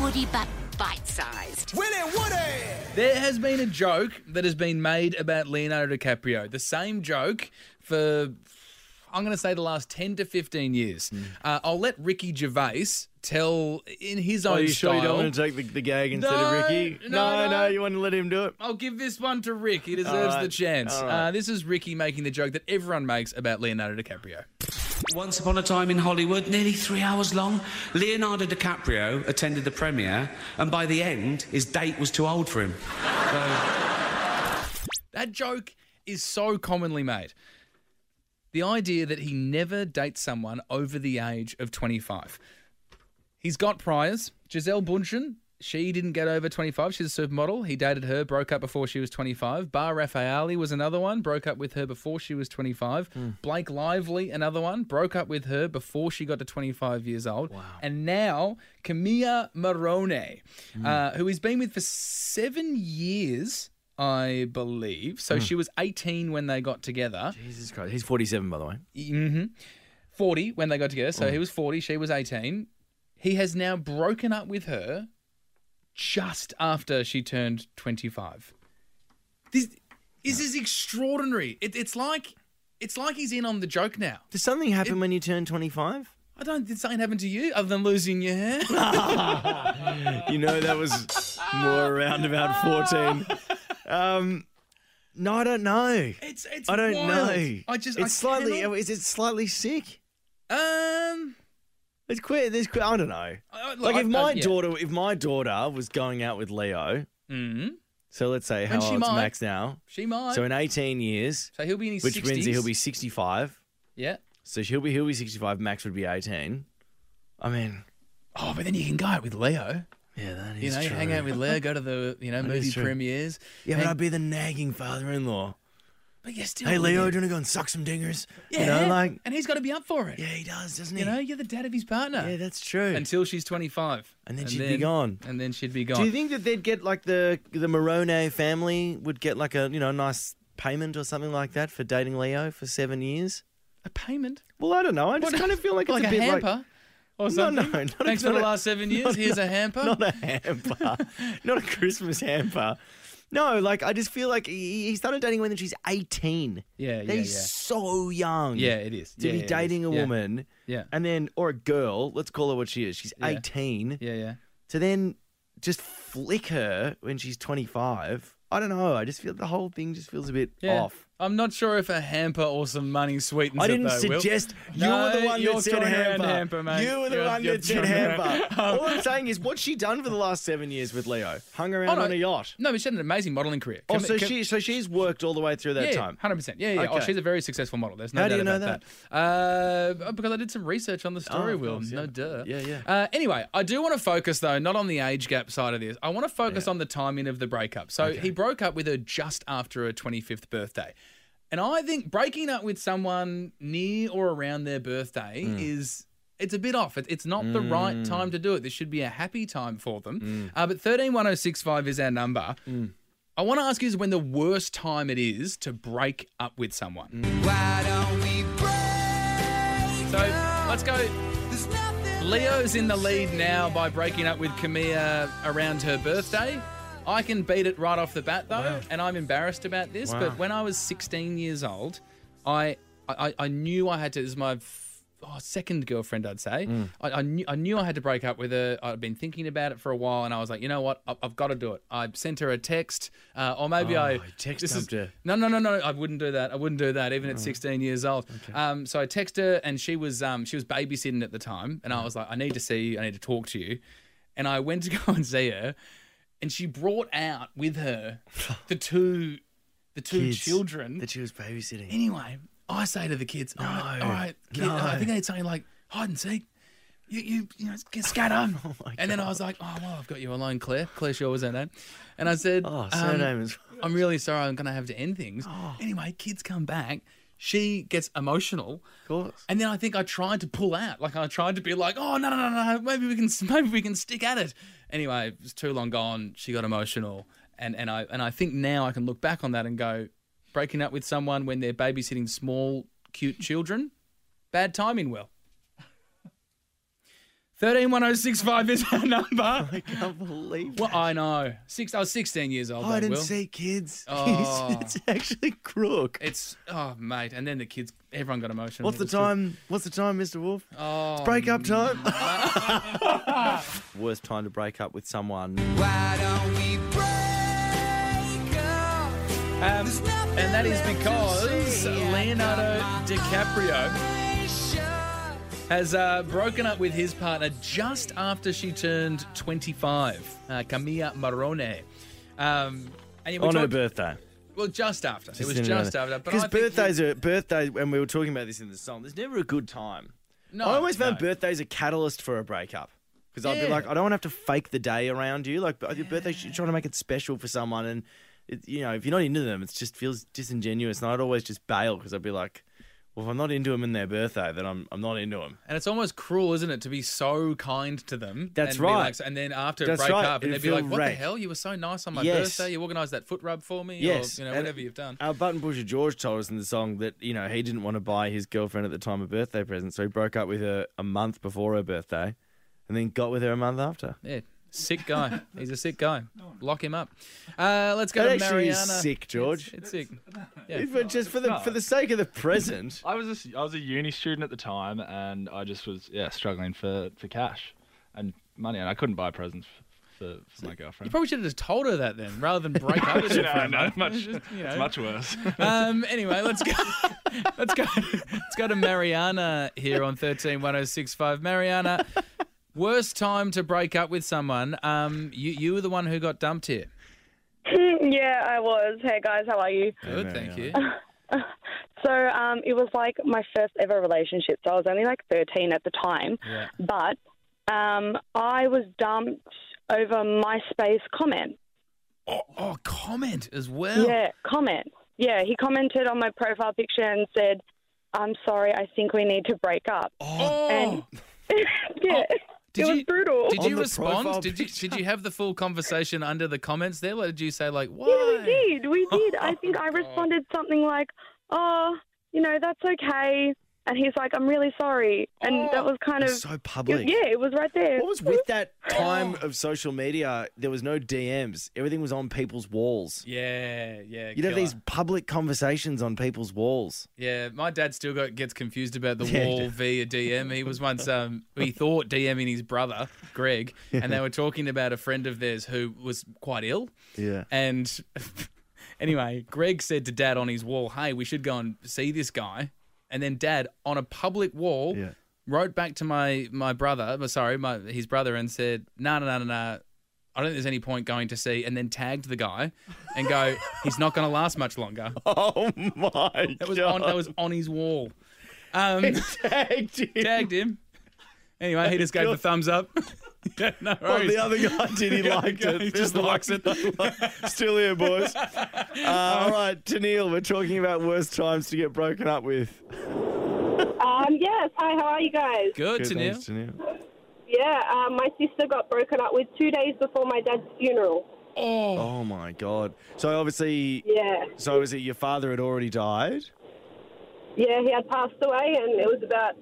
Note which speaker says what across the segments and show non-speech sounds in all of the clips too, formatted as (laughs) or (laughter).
Speaker 1: Woody but bite sized.
Speaker 2: There has been a joke that has been made about Leonardo DiCaprio. The same joke for, I'm going to say, the last 10 to 15 years.
Speaker 3: Hmm.
Speaker 2: Uh, I'll let Ricky Gervais tell in his own
Speaker 3: Are you
Speaker 2: style.
Speaker 3: sure you don't want to take the, the gag instead
Speaker 2: No,
Speaker 3: of Ricky?
Speaker 2: no,
Speaker 3: no,
Speaker 2: no.
Speaker 3: you want to let him do it?
Speaker 2: I'll give this one to Rick. He deserves
Speaker 3: right,
Speaker 2: the chance.
Speaker 3: all right.
Speaker 2: Uh, this is Ricky making the joke that everyone makes about Leonardo DiCaprio.
Speaker 4: Once upon a time in Hollywood, nearly three hours long, Leonardo DiCaprio attended the premiere, and by the end, his date was too old for him.
Speaker 2: That joke is so commonly made. The idea that he never dates someone over the age of 25. He's got priors. Giselle Bundchen, she didn't get over 25. She's a supermodel. He dated her, broke up before she was 25. Bar Raffaele was another one, broke up with her before she was 25. Blake Lively, another one, broke up with her before she got to 25 years old. Wow. And now Camilla Marone,
Speaker 3: Mm.
Speaker 2: uh, who he's been with for seven years. I believe.
Speaker 3: Mm.
Speaker 2: So she was 18 when they got together.
Speaker 3: Jesus Christ. He's 47, by the way.
Speaker 2: 40 when they got together. So
Speaker 3: Mm.
Speaker 2: he was 40, she was 18. He has now broken up with her just after she turned 25. This, this is extraordinary. It, it's like it's like he's in on the joke now.
Speaker 3: Does something happen when you turn 25?
Speaker 2: I don't did something happen to you other than losing your
Speaker 3: (laughs)
Speaker 2: hair?
Speaker 3: You know, that was more around about 14. Um, no, I don't know.
Speaker 2: It's it's
Speaker 3: I don't
Speaker 2: wild.
Speaker 3: know.
Speaker 2: I just
Speaker 3: it's
Speaker 2: I
Speaker 3: slightly.
Speaker 2: cannot-
Speaker 3: Is it slightly sick?
Speaker 2: um
Speaker 3: It's quite. There's quite. I don't know.
Speaker 2: I- I-
Speaker 3: Like if
Speaker 2: I-
Speaker 3: my
Speaker 2: I- yeah.
Speaker 3: daughter, if my daughter was going out with Leo,
Speaker 2: Mhm.
Speaker 3: so let's say how
Speaker 2: And she
Speaker 3: old's
Speaker 2: might.
Speaker 3: Max now?
Speaker 2: she might.
Speaker 3: So
Speaker 2: So,
Speaker 3: in 18 years,
Speaker 2: he'll be in his
Speaker 3: which
Speaker 2: 60s.
Speaker 3: means he'll be 65.
Speaker 2: Yeah.
Speaker 3: So he'll be he'll be 65. Max would be 18. I mean,
Speaker 2: Oh, but then you can go out with Leo.
Speaker 3: yeah, that is
Speaker 2: You know, you
Speaker 3: true.
Speaker 2: hang out with Leo, go to the you know
Speaker 3: That is
Speaker 2: movie
Speaker 3: true.
Speaker 2: premieres.
Speaker 3: yeah, but
Speaker 2: hang-
Speaker 3: I'd be the nagging father-in-law.
Speaker 2: But you're still
Speaker 3: Hey,
Speaker 2: with
Speaker 3: Leo,
Speaker 2: him.
Speaker 3: do you want to go and suck some dingers?
Speaker 2: yeah,
Speaker 3: You know, like
Speaker 2: and he's got to be up for it.
Speaker 3: yeah, he does, doesn't he?
Speaker 2: You know, you're the dad of his partner
Speaker 3: yeah, that's true.
Speaker 2: until she's 25,
Speaker 3: And then she'd be gone.
Speaker 2: and then she'd be
Speaker 3: Do you
Speaker 2: gone.
Speaker 3: think that they'd get like the the Morone family would get like a you know nice payment or something like that for dating Leo for seven years?
Speaker 2: a payment,
Speaker 3: Well, I don't know. I just
Speaker 2: What-
Speaker 3: kind of feel like it's
Speaker 2: like
Speaker 3: a,
Speaker 2: a,
Speaker 3: bit
Speaker 2: hamper,
Speaker 3: like
Speaker 2: or
Speaker 3: no,
Speaker 2: something.
Speaker 3: no, not a-
Speaker 2: Thanks for
Speaker 3: not
Speaker 2: the
Speaker 3: a-
Speaker 2: last seven years. Here's a hamper.
Speaker 3: (laughs) not a hamper, not a Christmas hamper. No, like I just feel like he, he started dating when she's eighteen.
Speaker 2: yeah, yeah,
Speaker 3: That
Speaker 2: yeah.
Speaker 3: is so young.
Speaker 2: Yeah, it is.
Speaker 3: to
Speaker 2: Yeah,
Speaker 3: be
Speaker 2: yeah, it
Speaker 3: dating
Speaker 2: is.
Speaker 3: a
Speaker 2: Yeah.
Speaker 3: woman
Speaker 2: Yeah,
Speaker 3: and then or a girl. Let's call her what she is. She's
Speaker 2: Yeah.
Speaker 3: eighteen.
Speaker 2: yeah, yeah.
Speaker 3: to then just flick her when she's 25. I don't know. I just feel the whole thing just feels a bit
Speaker 2: yeah.
Speaker 3: off.
Speaker 2: I'm not sure if a hamper or some money sweetens
Speaker 3: I
Speaker 2: it,
Speaker 3: didn't
Speaker 2: though, Will.
Speaker 3: suggest
Speaker 2: No,
Speaker 3: you were the one
Speaker 2: you're
Speaker 3: that said
Speaker 2: throwing around
Speaker 3: hamper.
Speaker 2: hamper, mate.
Speaker 3: You were the
Speaker 2: You're-
Speaker 3: one
Speaker 2: you're
Speaker 3: that said
Speaker 2: throwing around- (laughs)
Speaker 3: hamper. All I'm saying is, what's she done for the last seven years with Leo? Hung around
Speaker 2: Oh, no.
Speaker 3: on a yacht.
Speaker 2: No, but she had an amazing modeling career.
Speaker 3: Oh,
Speaker 2: Can-
Speaker 3: so
Speaker 2: can-
Speaker 3: she so she's worked all the way through that
Speaker 2: yeah,
Speaker 3: time.
Speaker 2: Hundred percent. Yeah, yeah. Oh,
Speaker 3: Okay.
Speaker 2: she's a very successful model. There's no
Speaker 3: How
Speaker 2: doubt
Speaker 3: do you know Oh,
Speaker 2: about that. Uh, because I did some research on the story,
Speaker 3: of
Speaker 2: Will.
Speaker 3: course, yeah.
Speaker 2: No duh.
Speaker 3: Yeah, yeah.
Speaker 2: Uh, anyway, I do want to focus though, not on the age gap side of this. I want to focus on the timing of the breakup. So he broke up with her just after her 25th birthday. And I think breaking up with someone near or around their birthday
Speaker 3: Hmm.
Speaker 2: is it's a bit off. It- It's not the right time to do it. This should be a happy time for
Speaker 3: Hmm.
Speaker 2: them. Uh, but 131065 is our number. I want to ask you is when the worst time it is to break up with someone.
Speaker 3: Hmm.
Speaker 5: Why don't we break?
Speaker 2: So let's go.
Speaker 5: There's nothing
Speaker 2: Leo's in the lead now by breaking up with Camilla around her birthday. I can beat it right off the bat though, and I'm embarrassed about this.
Speaker 3: Wow.
Speaker 2: But when I was 16 years old, I I, I knew I had to. This is my f- oh, second girlfriend, I'd say.
Speaker 3: Mm.
Speaker 2: I, I knew I knew I had to break up with her. I'd been thinking about it for a while, and I was like, you know what, I, I've got to do it. I sent her a text, uh, or maybe
Speaker 3: Oh,
Speaker 2: I
Speaker 3: you text
Speaker 2: this is-
Speaker 3: dumped her.
Speaker 2: no, no, no, no. I wouldn't do that. I wouldn't do that, even at 16 years old. Um, so I text her, and she was um, she was babysitting at the time, and I was like, I need to see you. I need to talk to you. And I went to (laughs) go and see her, and she brought out with
Speaker 3: (laughs)
Speaker 2: her the two the two
Speaker 3: Kids
Speaker 2: children.
Speaker 3: That she was babysitting.
Speaker 2: anyway, I say to the kids, all right, all right kid,
Speaker 3: no.
Speaker 2: I think I need something like hide and seek. You, you, you know, get scatter.
Speaker 3: (laughs) Oh
Speaker 2: and then I was like, oh, well, I've got you alone, Claire. Claire Shaw was her name. And I said,
Speaker 3: Oh,
Speaker 2: um,
Speaker 3: surname is. (laughs)
Speaker 2: I'm really sorry. I'm going to have to end
Speaker 3: (gasps)
Speaker 2: things. Anyway, kids come back. She gets emotional. Of
Speaker 3: course.
Speaker 2: And then I think I tried to pull out. Like I tried to be like, "Oh no, no, no, no. Maybe we can (laughs) maybe we can stick at it." Anyway, it was too long gone. She got emotional. And and I and I think now I can look back on that and go, breaking up with someone when they're babysitting (laughs) small cute children, bad timing, Will. 131065 is our (laughs) number.
Speaker 3: I can't believe
Speaker 2: Well, I know. Six. I was 16 years old.
Speaker 3: Oh, I
Speaker 2: though,
Speaker 3: didn't
Speaker 2: Will.
Speaker 3: see kids. (laughs)
Speaker 2: Oh.
Speaker 3: it's actually crook.
Speaker 2: It's oh mate, and then the kids, everyone got emotional.
Speaker 3: What's
Speaker 2: It
Speaker 3: the
Speaker 2: was good.
Speaker 3: time? What's the time, Mr. Wolf?
Speaker 2: Oh,
Speaker 3: break up time. (laughs)
Speaker 2: (laughs)
Speaker 3: Worst time to break up with someone.
Speaker 5: Why don't we break up?
Speaker 2: um, and that is because Leonardo DiCaprio has uh, broken up with his partner just after she turned 25, uh, Camilla Marone. Um, and yeah, we
Speaker 3: On her
Speaker 2: talked-
Speaker 3: birthday.
Speaker 2: Well, just after. it was just after. But I
Speaker 3: Because
Speaker 2: think we-
Speaker 3: birthdays are birthdays, and we were talking about this in the song. There's never a good time.
Speaker 2: No,
Speaker 3: I always found
Speaker 2: no.
Speaker 3: birthdays a catalyst for a breakup. Because I'd be
Speaker 2: Yeah.
Speaker 3: like, I don't want to have to fake the day around you. Like, your birthday, you're trying to make it special for someone. And, it, you know, if you're not into them, it just feels disingenuous. And I'd always just bail because I'd be like, well, if I'm not into them in their birthday, then I'm, I'm not into them.
Speaker 2: And it's almost cruel, isn't it, to be so kind to them?
Speaker 3: That's
Speaker 2: and be like-
Speaker 3: right.
Speaker 2: and then after
Speaker 3: That's
Speaker 2: break
Speaker 3: right.
Speaker 2: up, and
Speaker 3: It'd
Speaker 2: they'd be like,
Speaker 3: feel
Speaker 2: "What the
Speaker 3: right.
Speaker 2: hell? You were so nice on my
Speaker 3: Yes.
Speaker 2: birthday. You organised that foot rub for me,
Speaker 3: Yes.
Speaker 2: or you know
Speaker 3: And-
Speaker 2: whatever you've done."
Speaker 3: Our button pusher George told us in the song that, you know, he didn't want to buy his girlfriend at the time a birthday present. So he broke up with her a month before her birthday and then got with her a month after.
Speaker 2: Yeah, sick guy. He's a sick guy. Lock him up. Uh, let's go
Speaker 3: That
Speaker 2: to
Speaker 3: actually
Speaker 2: Mariana.
Speaker 3: is sick, George.
Speaker 2: It's sick.
Speaker 3: If we're just for the for the sake of the present.
Speaker 6: I was just, I was a uni student at the time, and I just was yeah struggling for, for cash and money, and I couldn't buy presents for, for my
Speaker 2: You
Speaker 6: girlfriend.
Speaker 2: probably should have just told her that then, rather than break up
Speaker 6: (laughs)
Speaker 2: with her.
Speaker 6: You
Speaker 2: for
Speaker 6: know,
Speaker 2: a
Speaker 6: no,
Speaker 2: month.
Speaker 6: much,
Speaker 2: Just, (laughs) you
Speaker 6: it's
Speaker 2: know.
Speaker 6: much worse. (laughs)
Speaker 2: Um, anyway, let's go. (laughs) let's go. Let's go to Mariana here on thirteen one zero six five. Mariana, worst time to break up with someone. Um, you you were the one who got dumped here.
Speaker 7: (laughs) yeah, I was. Hey guys, how are you?
Speaker 2: Good, thank you.
Speaker 7: So um, it was like my first ever relationship. So I was only like 13 at the time,
Speaker 2: Yeah.
Speaker 7: but um, I was dumped over MySpace comment.
Speaker 6: (laughs)
Speaker 2: Oh, oh, comment as well.
Speaker 7: Yeah, comment. Yeah, he commented on my profile picture and said, "I'm sorry, I think we need to break up."
Speaker 2: Oh,
Speaker 7: And (laughs) yeah,
Speaker 2: did
Speaker 7: it was
Speaker 2: you-
Speaker 7: brutal.
Speaker 2: Did
Speaker 3: On
Speaker 2: you
Speaker 3: the
Speaker 2: respond?
Speaker 3: profile
Speaker 2: Did you did you have the full conversation under the comments there? Or did you say like why?
Speaker 7: Yeah, we did. We did. I
Speaker 3: (laughs)
Speaker 7: think I responded something like, "Oh, you know, that's okay." And he's like, "I'm really sorry." And
Speaker 3: Oh,
Speaker 7: that was (laughs) kind of
Speaker 3: It's so public.
Speaker 7: Yeah, it was right there.
Speaker 3: What was with that time of social media? There was no DMs. Everything was on people's walls.
Speaker 2: Yeah, yeah.
Speaker 3: You'd
Speaker 2: killer.
Speaker 3: have these public conversations on people's walls.
Speaker 2: Yeah, my dad still got, gets confused about the
Speaker 3: (laughs) Yeah, he
Speaker 2: wall
Speaker 3: does.
Speaker 2: via DM. He was once um he thought DMing his brother Greg, and they were talking about a friend of theirs who was quite ill,
Speaker 3: Yeah.
Speaker 2: and (laughs) anyway, Greg said to Dad on his wall, "Hey, we should go and see this guy," and then Dad on a public wall
Speaker 3: Yeah.
Speaker 2: wrote back to my my brother, well, sorry, my his brother, and said, "No, no, no, no, no." I don't think there's any point going to see, and then tagged the guy, and go, he's not going to last much longer.
Speaker 3: (laughs) Oh my
Speaker 2: That was on that was on his (laughs) wall. Um,
Speaker 3: (laughs) tagged him.
Speaker 2: tagged him. Anyway, he just gave the thumbs up. (laughs) yeah, no
Speaker 3: Oh,
Speaker 2: worries.
Speaker 3: the other guy (laughs) did. He liked it. (laughs)
Speaker 2: He just likes it.
Speaker 3: Still here, (laughs) boys. Uh, all right, Tennille, we're talking about worst times to get broken up with.
Speaker 8: Um, yes. Hi, how are you guys?
Speaker 2: Good,
Speaker 3: Good,
Speaker 2: to know.
Speaker 3: thanks, Tennille.
Speaker 8: Yeah, um, my sister got broken up with two days before my dad's funeral.
Speaker 2: Oh,
Speaker 3: Oh my god. So obviously,
Speaker 8: Yeah.
Speaker 3: so obviously, your father had already died.
Speaker 8: Yeah, he had passed away, and it was about,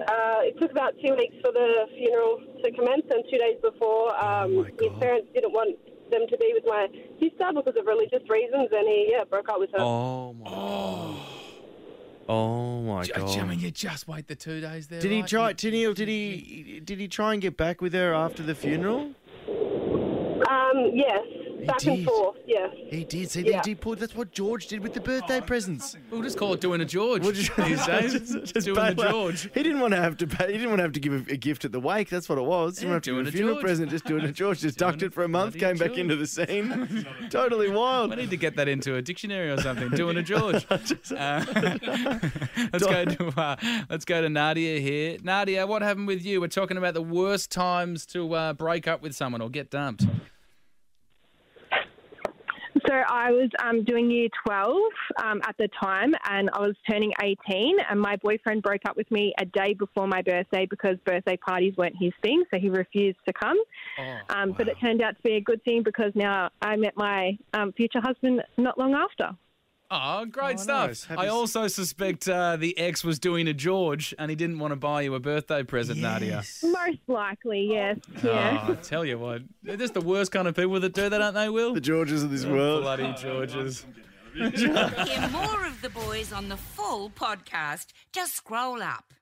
Speaker 8: uh, it took about two weeks for the funeral to commence, and two days before, um,
Speaker 3: Oh my
Speaker 8: his
Speaker 3: God.
Speaker 8: parents didn't want them to be with my sister because of religious reasons, and he, yeah, broke up with her.
Speaker 3: Oh my. Oh, oh my
Speaker 2: Ju-
Speaker 3: god.
Speaker 2: I mean, you just wait the two days there.
Speaker 3: Did he
Speaker 2: right?
Speaker 3: try? Tennille, did he? Did he try and get back with her after the funeral?
Speaker 8: Um, yes. Back
Speaker 3: did.
Speaker 8: and forth, yes.
Speaker 3: He did. See,
Speaker 8: Yeah.
Speaker 3: they did. Put, that's what George did with the birthday presents.
Speaker 2: We'll just call it doing a George
Speaker 3: (laughs)
Speaker 2: these days. doing
Speaker 3: bail
Speaker 2: a
Speaker 3: out. (laughs)
Speaker 2: George.
Speaker 3: He didn't want to have to. Pay, he didn't want to have to give a, a gift at the wake. That's what it was. He
Speaker 2: Yeah,
Speaker 3: didn't have to
Speaker 2: doing
Speaker 3: give
Speaker 2: a
Speaker 3: a funeral
Speaker 2: George.
Speaker 3: present. Just doing a George. Just ducked
Speaker 2: Doing
Speaker 3: it for a month.
Speaker 2: bloody
Speaker 3: Came back
Speaker 2: George.
Speaker 3: into the scene.
Speaker 2: (laughs)
Speaker 3: totally wild.
Speaker 2: I need to get that into a dictionary or something. Doing a George.
Speaker 3: (laughs)
Speaker 2: Uh, (laughs) let's go to uh, let's go to Nadia here. Nadia, what happened with you? We're talking about the worst times to uh, break up with someone or get dumped.
Speaker 9: So I was um, doing year 12 um, at the time and I was turning 18 and my boyfriend broke up with me a day before my birthday because birthday parties weren't his thing, so he refused to come.
Speaker 2: Oh.
Speaker 9: Um, But it turned out to be a good thing because now I met my um, future husband not long after.
Speaker 2: Oh, great
Speaker 3: Oh,
Speaker 2: stuff.
Speaker 3: nice. Happy
Speaker 2: I
Speaker 3: s-
Speaker 2: also suspect uh, the ex was doing a George and he didn't want to buy you a birthday present, Nadia.
Speaker 9: Most likely, yes.
Speaker 2: Oh, I tell you what, they're just the worst kind of people that do that, aren't they, Will?
Speaker 3: (laughs) The Georges of this world.
Speaker 2: Bloody Georges.
Speaker 1: Hear more of the boys on the full podcast. Just scroll up.